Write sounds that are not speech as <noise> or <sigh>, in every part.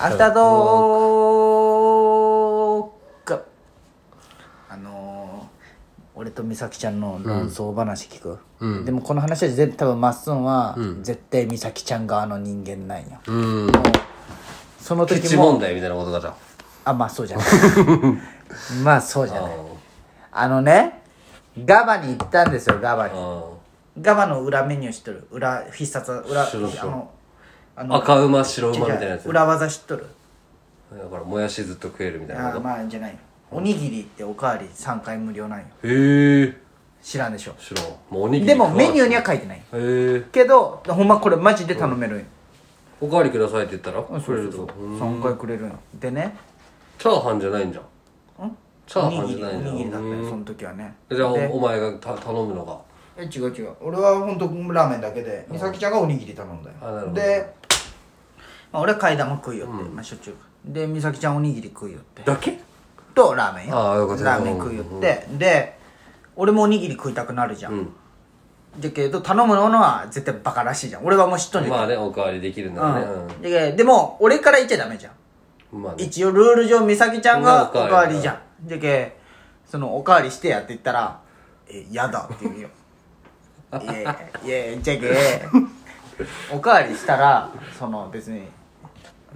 明日どうかあのー、俺と美咲ちゃんの論争話聞く、うんでもこの話は絶多分まっすんはうん絶対美咲ちゃん側の人間なんようんそのケ時チも問題みたいなことだじゃんあまあそうじゃない <laughs> まあそうじゃあないあのねガバに行ったんですよガバにあガバの裏メニュー知ってる裏必殺裏知らん知らんあのあの赤馬白馬み違たいなやうつだ裏技知っとるからもやしずっと食えるみたいなあこーとまあじゃないよおにぎりっておかわり3回無料なんよへえ知らんでしょ知らんもうおにぎりでもメニューにへは書いてないえけどほんまこれマジで頼めるんよ、おかわりくださいって言ったらうん、くれると3回くれるんよでねチャーハンじゃないんじゃんんチャおーにハンぎじりゃおないんにぎりじだゃっんたようそんの時はねじゃあでおお前がた頼むのがえ違う違う俺は本当ラーメンだけで美咲ちゃんがおにぎり頼んだよあなるほどで、まあ、俺は替え玉食いよって、まあしょっちゅうで美咲ちゃんおにぎり食いよってだけとラーメンよあーよかったラーメン食いよって、で俺もおにぎり食いたくなるじゃん、うんだけど頼むものは絶対バカらしいじゃん俺はもう知っとんじゃん、まあねおかわりできるんだねうんだけどでも俺から言っちゃダメじゃんうんまあね一応ルール上美咲ちゃんがおおかかわわりりじゃんじゃけそのおかわりしてやって言ったら「えやだ」って <laughs> 言うよいやいやいやいやじゃけおかわりしたらその別に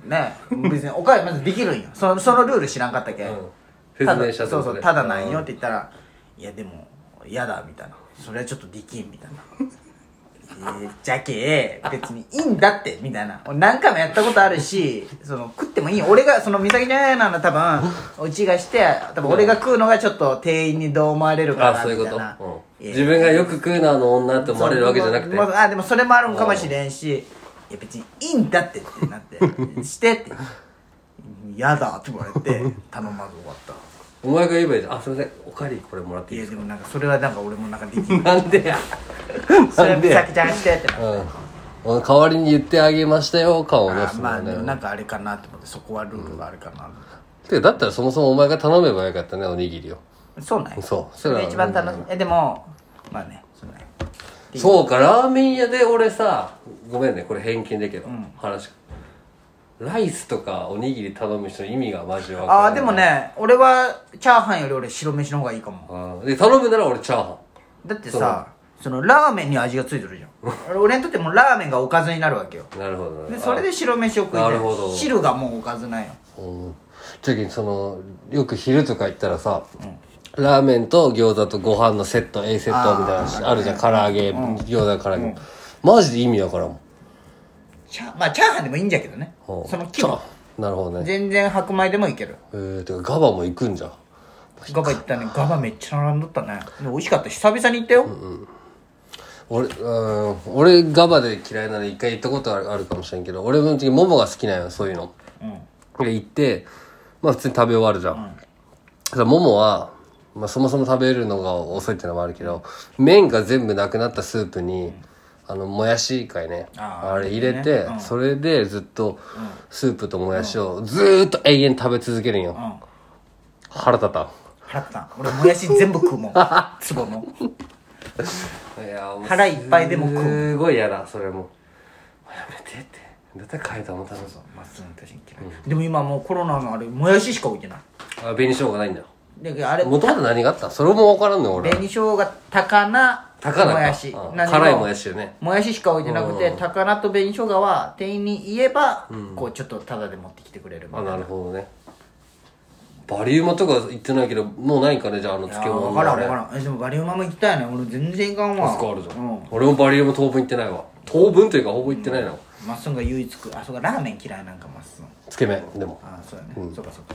ね別におかわりまずできるんよそのそのルール知らんかったけ、うん説明しただそってこうそとうねただなんよって言ったら「いやでもやだ」みたいな「それはちょっとできん」みたいな「えーじゃけー別にいいんだって」みたいな俺何回もやったことあるしその食ってもいいよ俺がその美咲ちゃんなの多分うちがして多分俺が食うのがちょっと店員にどう思われるかあなそういみうたいなことうんいや自分がよく食うなあの女って思われるわけじゃなくてまあ、あでもそれもあるんかもしれんしいや別にいいんだってってなって「して」って「やだ」って言われて頼まず終わったお前が言えばいいじゃんあすいませんおかわりこれもらっていいいやですでもなんかそれはなんか俺もなんかできかる <laughs> なんでやそれなんで美咲ちゃんしてってなうん代わりに言ってあげましたよ感を出あすまあのでもねなんかあれかなって思ってそこはルールがあるかな、てかだったらそもそもお前が頼めばよかったねおにぎりをそうなんやそうそれが一番楽しいえでもまあねそうなんやそうかラーメン屋で俺さごめんねこれ偏見だけど、話ライスとかおにぎり頼む人の意味がマジで分からあないあでもね俺はチャーハンより俺白飯の方がいいかもうんで頼むなら俺チャーハだってさそのラーメンに味がついてるじゃ <laughs> ん俺にとってもうラーメンがおかずになるわけよンなるほどでそれで白飯を食いたないるほど汁がもうおかずなんようんじゃあそのよく昼とか行ったらさ、ラーメンと餃子とご飯のセット A セットみたいなのしあるじゃん唐揚げ、餃子唐揚げ、マジで意味わからんもんチャまあチャーハンでもいいんじゃけどねうんその気分チャーなるほどね全然白米でもいけるえー、てかガバも行くんじゃんガバ行ったねガバめっちゃ並んどったねで美味しかった久々に行ったよ、俺うん俺ガバで嫌いなの一回行ったことあるあるかもしれんけど俺の時モモが好きなんよそういうの、で行ってまあ普通に食べ終わるじゃん、ただモモは、まあ、そもそも食べるのが遅いってのもあるけど麺が全部なくなったスープに、あのもやしかいねああーれ入れて、ねうんそれでずっとスープともやしをずーっと永遠食べ続けるんよ、ん腹立た腹立ったん俺もやし全部食う <laughs> もん壺のんいやもう腹いっぱいでも食うすごい嫌だそれももうやめてってだったら替えたも頼むぞまっすぐ確かに嫌い、でも今もうコロナのあれもやししか置いてないあ紅生姜ないんだよであれもともと何があったそれも分からんのよ俺紅生姜高菜高菜もかやしうん何も辛いもやしよねもやししか置いてなくて高菜と紅生姜は店員に言えば、こうちょっとタダで持ってきてくれるみたあいななるほどねバリウマとか言ってないけどもうないんかねじゃああの漬物分のからんあれ分からんえでもバリウマも行きたいね俺全然行かんわあそこあるじゃうんん俺もバリウム当分行ってないわ当分というかほぼ行ってないなまっすぐが唯一食うあそうかラーメン嫌いなんかまっすぐつけ麺でもあそうだね、そうかそうか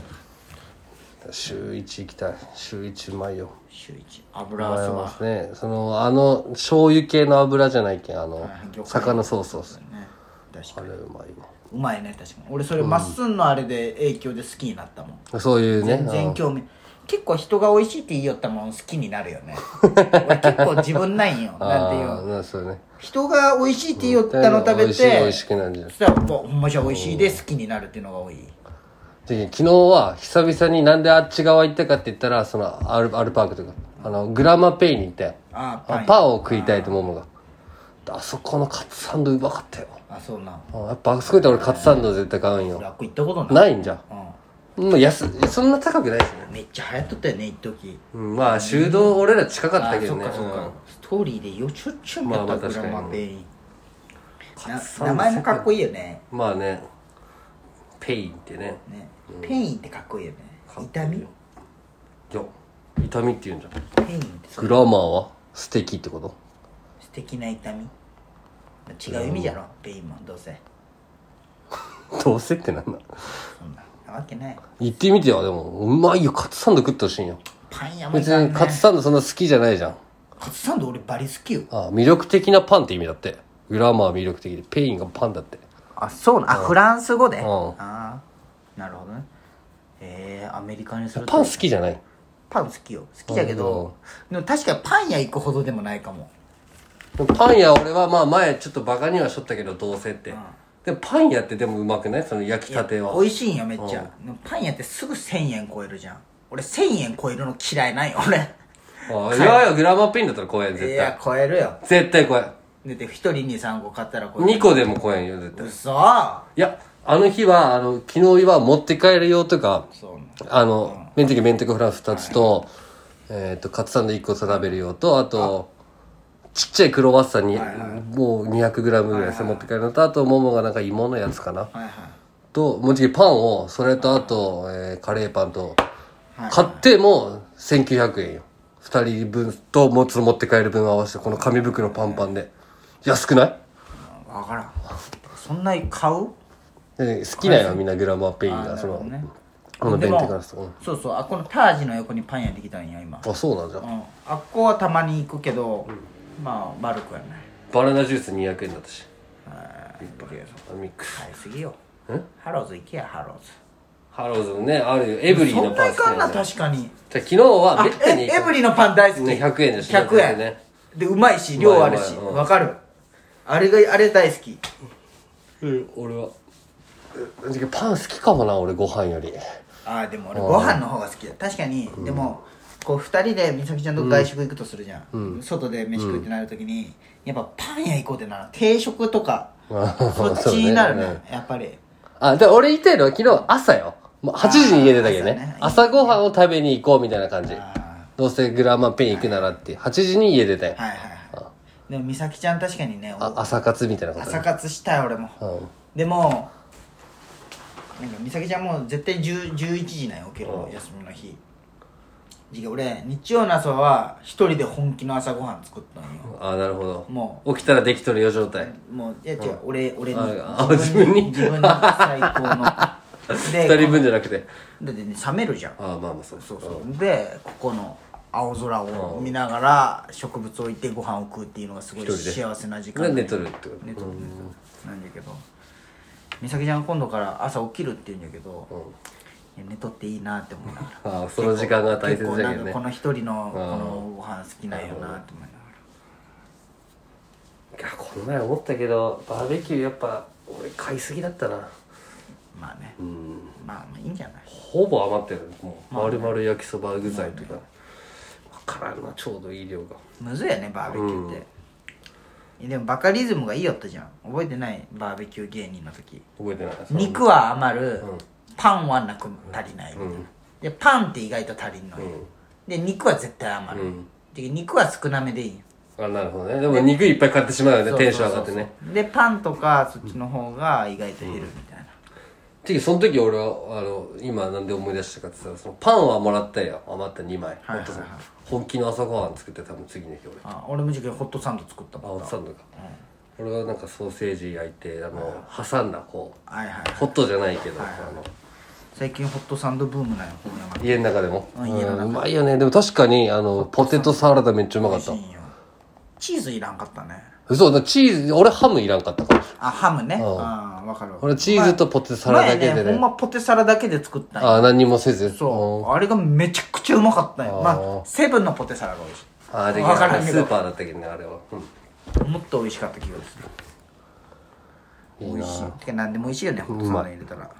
週一行きたい週一うまいよ週一油そば、ますねそのあの醤油系の油じゃないけんあのはい魚介魚ソースをすね確かあれにうまいうまいね確かに俺それまっすんのあれで影響で好きになったもんわそういうね全然興味結構人が美味しいって言いよったもん好きになるよ <laughs> ね俺結構自分ないんよなんていうああのなそうね人が美味しいって言いよったの食美べ味しい美て味しくなるじゃんそしたらもうほんまじゃ美味しいで好きになるっていうのが多いで昨日は久々になんであっち側行ったかって言ったらそのアルアルパークというかあのグラマペイに行ったよあーパンあパンを食いたいとモモがあそこのカツサンドうまかったよあそうなんあやっぱあそこで俺カツサンド絶対買うんよ楽行ったことないないんじゃんうもう安いそんな高くないですねんめっちゃ流行っとったよね一時うんまあ修道俺ら近かったけどねあそっかそっか、ストーリーでよちょっちょんやったまあまあグラマ確かペにインカツサなンド名前もかっこいいよねうんまあねペインってねねペインってかっこいいよねかっこいいよ痛みいや痛みって言うんじゃんペインってそグうラマーは素敵ってこと素敵な痛み違う意味じゃろペインもどうせどうせってなんだそんなわけない言ってみてよでもうまいよカツサンド食ってほしいんよパン屋もい別かんにねカツサンドそんな好きじゃないじゃんカツサンド俺バリ好きよあ魅力的なパンって意味だってグラマーは魅力的でペインがパンだってあそうなあフランス語でんああなるほどねえー、アメリカにするとパン好きじゃないパン好きよ好きだけどでも確かにパン屋行くほどでもないかもパン屋俺はまあ前ちょっとバカにはしとったけどどうせって、でもパン屋ってでもうまくないその焼きたては美味しいんよめっちゃ、でもパン屋ってすぐ1000円超えるじゃん俺1000円超えるの嫌いないよ俺あいやいやグラマーペインだったら怖えんい絶や対超えるよ絶対怖えだって1人に3個買ったら超える2個でも怖えんよ絶対うそいやあの日はあの昨日は持って帰るよとかそうねあの、メンテキメンテコフランス2つと、えっ、と、カツサンド1個とラベル用と、あと、ちっちゃいクロワッサンに、もう 200g ぐらいですね持って帰るのと、あと、ももがなんか芋のやつかな。はいはいと、もうちょいパンを、それとあと、えーカレーパンと、はい買っても1900円よ。2人分と、もつ持って帰る分合わせて、この紙袋パンパンで。安くない分からんそんなに買うで好きなんよ、みんなグラマーペインあが、なそるほど、のねこのでメンもテコフランスと。うんそうそうあこのタージの横にパン屋できたんや今あ、そうなんじゃう。んあっこはたまに行くけど、まあ悪くはないバナナジュース200円だったし。はいあミックス。買いすぎよんハローズ行けやハローズハローズのね、あるよ。エブリーそのんパなンい好きかんななんだよ確かにじゃあ昨日はあめったにえエブリーのパン大好きね100円でしょ100円、ねでうまいし量あるしうまいうまいうわかるあれがあれ大好きうん俺は。パン好きかもな、俺ご飯より。あーでも俺ご飯の方が好きだ確かに、でもこう2人で美咲ちゃんと外食行くとするじゃん、外で飯食うってなるときに、やっぱパン屋行こうってなる定食とかあそっちそうねになるねうんやっぱりあ、で、俺言いたいのは昨日朝よ。もう8時に家出たけどあーね。朝ご飯を食べに行こうみたいな感じ。あどうせグラマーペイン行くならって、8時に家出たよー。はいはいはいでも美咲ちゃん確かにねあ朝活みたいなこと朝ね。活したい俺もうんでもなんか美咲ちゃんもう絶対10 11時なんよ起きるうん休みの日じゃあ俺日曜の朝は一人で本気の朝ごはん作ったんよあ、なるほど。も起きたらできとるよ状態。もういや違う、俺俺にああ自分に自分に最高の2人で分じゃなくて。だってね冷めるじゃんあ、まあまあそう。そうそうでここの青空を見ながら植物を置いてご飯を食うっていうのがすごい一人で幸せな時間が寝とるってこと寝とる寝とるなんだけど美咲ちゃんが今度から朝起きるって言うんだけど、いや寝とっていいなって思いながらあそ <laughs> の時間が大切結構だなけどんねかこの一人のんこのご飯好きなんよなって思いながらいやこの前思ったけどバーベキューやっぱ俺買いすぎだったなまあね、うんまあまあいいんじゃないほぼ余ってるもう丸々焼きそば具材とか、わからんなちょうどいい量がむずいよねバーベキューって、でもバカリズムがいいよったじゃん覚えてないバーベキュー芸人の時覚えてない肉は余る、パンはなく足りないみたいな、でパンって意外と足りんのよ、で肉は絶対余る、で肉は少なめでいいよあなるほどねでも肉いっぱい買ってしまうよねそうそうそうテンション上がってねでパンとかそっちの方が意外と減るみたいな、ていうかその時俺はあの今なんで思い出したかってさそのパンはもらったよ余った2枚、はいはいはいホットサンド本気の朝ごはん作って多分次の日俺あ俺も時期ホットサンド作ったもん青サンドが、俺はなんかソーセージ焼いてあの挟んだこうはいはいホットじゃないけど、あの最近ホットサンドブームなんよ本山家の中でもうん家の中うんうまいよねでも確かにあのポテトサラダめっちゃうまかっ美た味しいんよチーズいらんかったねそうだチーズ俺ハムいらんかったかもしれないあハムねああわかるわかる俺チーズとポテトサラダだけでね前ほんまポテサラだけで作ったんよあ何にもせずそうあれがめちゃくちゃうまかったんよあまあセブンのポテサラが美味しうんあでわからんけスどーパーだったけどねあれは、ういもっと美味しかった気がするん、いい美な味しいてか何でも美味しいよねホットサンド入れたら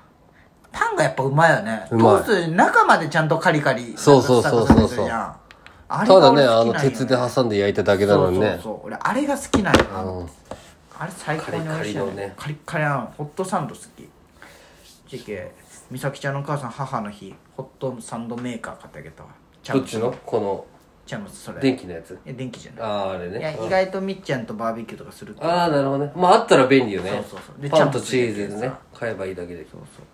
パンがやっぱうまいよねうまいトースト中までちゃんとカリカリそうそうそうそサクサうそうクするじゃんあれたがだ俺ね好きなあのんよ鉄で挟んで焼いただけなのにねそうそうそう俺あれが好きなんよあれ最高に美味しいよねカリッカリなのホットサンド好きじゃけ美咲ちゃんの母さん母の日ホットサンドメーカー買ってあげたわちゃどうっちのこのちゃうそれ電気のやつえ電気じゃないああーあれいやね意外とみっちゃんとバーベキューとかするってああなるほどねまああったら便利よねそうそうそうでパンとチチャンープするズでやねつさ買えばいいだけでそうそう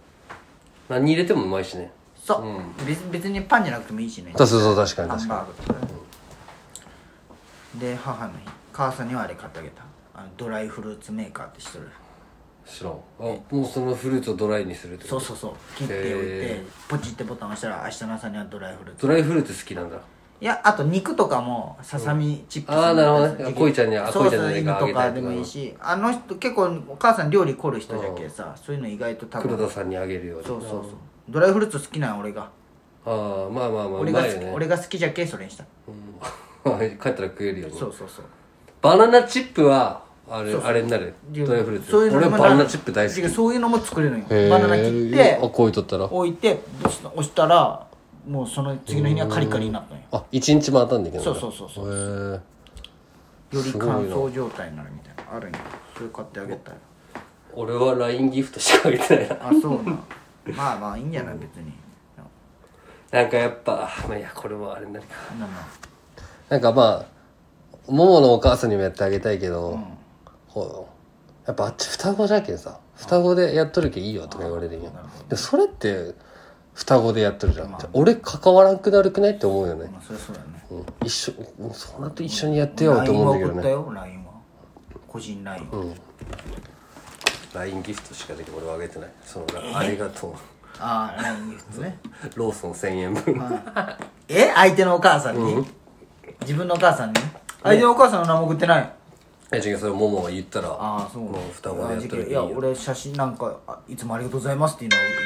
何入れてもうまいしねそう、別別にパンじゃなくてもいいしねそうそうそう確かにハン確かバーグとかねで母の日母さんにはあれ買ってあげたあのドライフルーツメーカーって知ってるに知らんあもうそのフルーツをドライにするってことそうそうそう切っておいてポチってボタン押したら明日の朝にはドライフルーツドライフルーツ好きなんだいやあと肉とかもささみチップスうんあーなるほどね時期こいちゃんにあそうこいちそゃんうに犬なんかあげとたかりとかでもいいしあの人結構お母さん料理凝る人じゃけさそういうの意外と多黒分田さんにあげるようにそうそうそうドライフルーツ好きなん俺がああまあまあまあう俺がま好いきよね俺が好きじゃけそれにしたうん <laughs> 帰ったら食えるよねそうそうそうバナナチップはあれあれになるドライフルーツ俺バナナチップ大好ききそういうのも作れるのよへーバナナ切ってあこういとったら置いてブスッと押したらもうその次の日にはカリカリになったんよあ一日もあたんだけどねそうそうそうそうへえより乾燥状態になるみたいなあるんよそれ買ってあげたよ俺は LINE ギフトしかあげてないな <laughs> あそうなまあまあいいんじゃない別になんかやっぱまあいやこれもあれになるかなまあなんかまあもものお母さんにもやってあげたいけど、こうやっぱあっち双子じゃけんさ双子でやっとるけいいよとか言われるんよでもそれって双子でやっとるじゃん、じゃあ俺関わらんくなるくないって思うよね、まあそりゃそうだよねうん一緒うんそうなって一緒にやってよって LINE 思はうんだけ送どったねよ LINE は個人 LINE LINE ギフトしかで俺はあげてないそのありが <laughs> とうああ LINE 普通ねローソン1000円分 <laughs> え相手のお母さんに自分のお母さんに相手のお母さんの名前送ってないえじゃあそれももが言ったらああそうもう双子でやっとるけいいいやよ俺写真なんかあ「いつもありがとうございます」っていうのを